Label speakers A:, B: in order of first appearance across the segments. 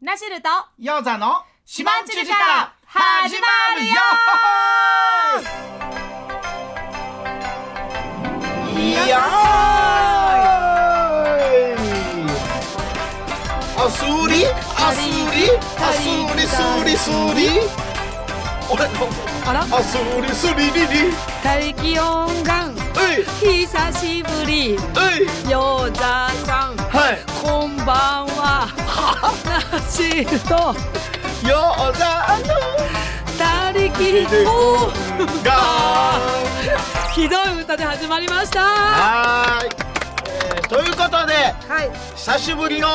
A: ナシルと
B: ヨザの島んちゅじから始まるよよあすりあすりあすりすりすり俺
C: あら
B: あすりすりりり
C: 大気温が
B: えい
C: 久しぶり
B: えい
C: ヨザさん
B: はい
C: こんばんは ナシルと
B: ヨザ
C: たりきり
B: の
C: おー
B: が
C: ひどい歌で始まりました
B: はーい、えーということで
C: はい
B: 久しぶりの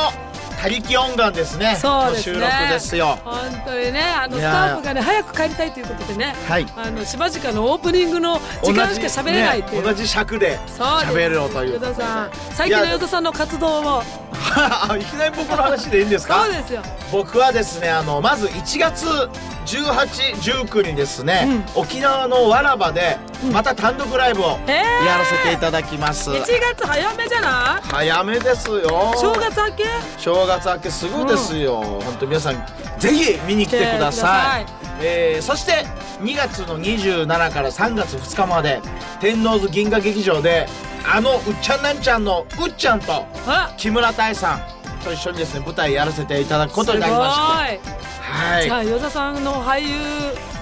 B: 他力音願ですね
C: そうですね
B: の収録ですよ
C: 本当にねあの
B: い
C: ス
B: や
C: タッフがね早く帰りたいということでね
B: はい
C: あのしばじかのオープニングの時間しか喋れないってい
B: ね
C: う
B: 同じ尺で
C: そうです
B: 喋ろうという
C: ヨザさん最
B: い
C: 近
B: や
C: のヨザさんの活動も
B: あいきなり僕の話でいいんですか
C: そうですよ
B: 僕はですねあのまず1月1819にですね、沖縄のわらばでまた単独ライブを
C: えー
B: やらせていただきます、
C: 1月早めじゃない
B: 早めですよ
C: 正月明け
B: 正月明けすぐですよ、本当皆さんぜひ見に来てくださ
C: 来
B: い
C: てく
B: えーそして2月の27から3月2日まで天王洲銀河劇場であのうっちゃんなんちゃんのうっちゃんと
C: あ
B: 木村多江さんと一緒にですね舞台やらせていただくことになりまして
C: すごい
B: はい
C: じゃあ与田さんの俳優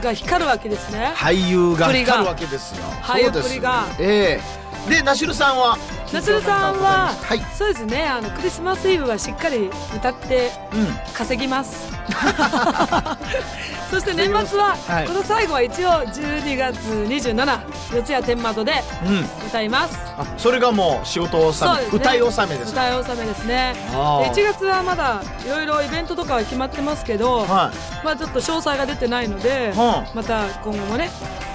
C: が光るわけですね
B: 俳優が
C: プリが
B: 光るわけですよ
C: 俳優
B: そうです
C: プリが
B: ええでナシルさんは
C: 夏るさんは、
B: はい
C: そうですねあのクリスマスイブはしっかり歌って
B: う
C: 稼ぎます そして年末は、
B: はい
C: この最後は一応12月27四谷天窓で
B: んうん
C: 歌います
B: あそれがもう仕事納め、
C: そうですね
B: 歌い納めです
C: 歌い納めですねで
B: あー
C: 1月はまだいろいろイベントとかは決まってますけど、
B: は
C: まあちょっと詳細が出てないので、
B: うん
C: また今後もね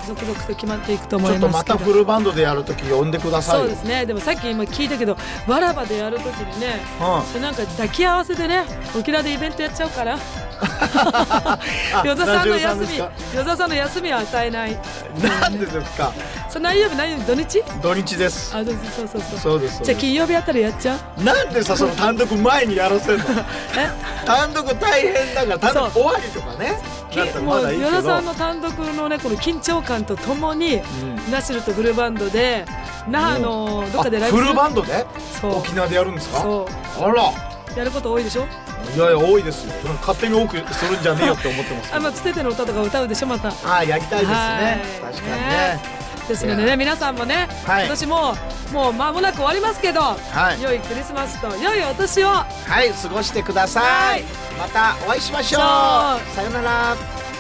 C: 続々と決まっていくと
B: い
C: 思
B: ちょ
C: い
B: っと
C: ま
B: ます
C: けど
B: たフルバンドでやるとき呼んでください
C: そ
B: よ
C: うですねでもさっき今聞いたけどわらばでやるときにね、
B: うん
C: それなんか抱き合わせでね沖縄でイベントやっちゃおうかな
B: あ
C: 与座さんの休
B: ラジ
C: み
B: オさんで
C: 与座さんの休みは与えない
B: すかなんでですか
C: それ何曜日何曜日土日
B: 土日です
C: あそうそうそうそう
B: そうですそう
C: じゃ
B: で
C: あ
B: す
C: 金曜日あたりやっちゃう
B: なんでさその単独前にやらせるの
C: え
B: 単独大変だから単独終わりとかねだったら
C: も
B: ま
C: う
B: だいいけ
C: 与
B: ど
C: 田さんの単独のねこの緊張感とともに、
B: ん
C: ナシルとフルバンドで那覇のどっかでラ
B: あ
C: イブ
B: フ
C: する
B: ルバンドで
C: そう
B: 沖縄でやるんですか
C: そ
B: あら
C: うやること多いでしょ
B: いやいや多いですよ勝手に多くするんじゃねえよって思ってますけ
C: あ
B: ど
C: まあつてての歌とか歌うでしょまた
B: ああやりたいですね
C: はい
B: 確かにね
C: ですので
B: い
C: ね
B: や
C: 皆さんもね、
B: はい
C: 今年ももう間もなく終わりますけど、
B: い
C: 良いクリスマスと良いお年を
B: はい過ごしてください
C: はい
B: またお会いしましょう
C: そう
B: さよなら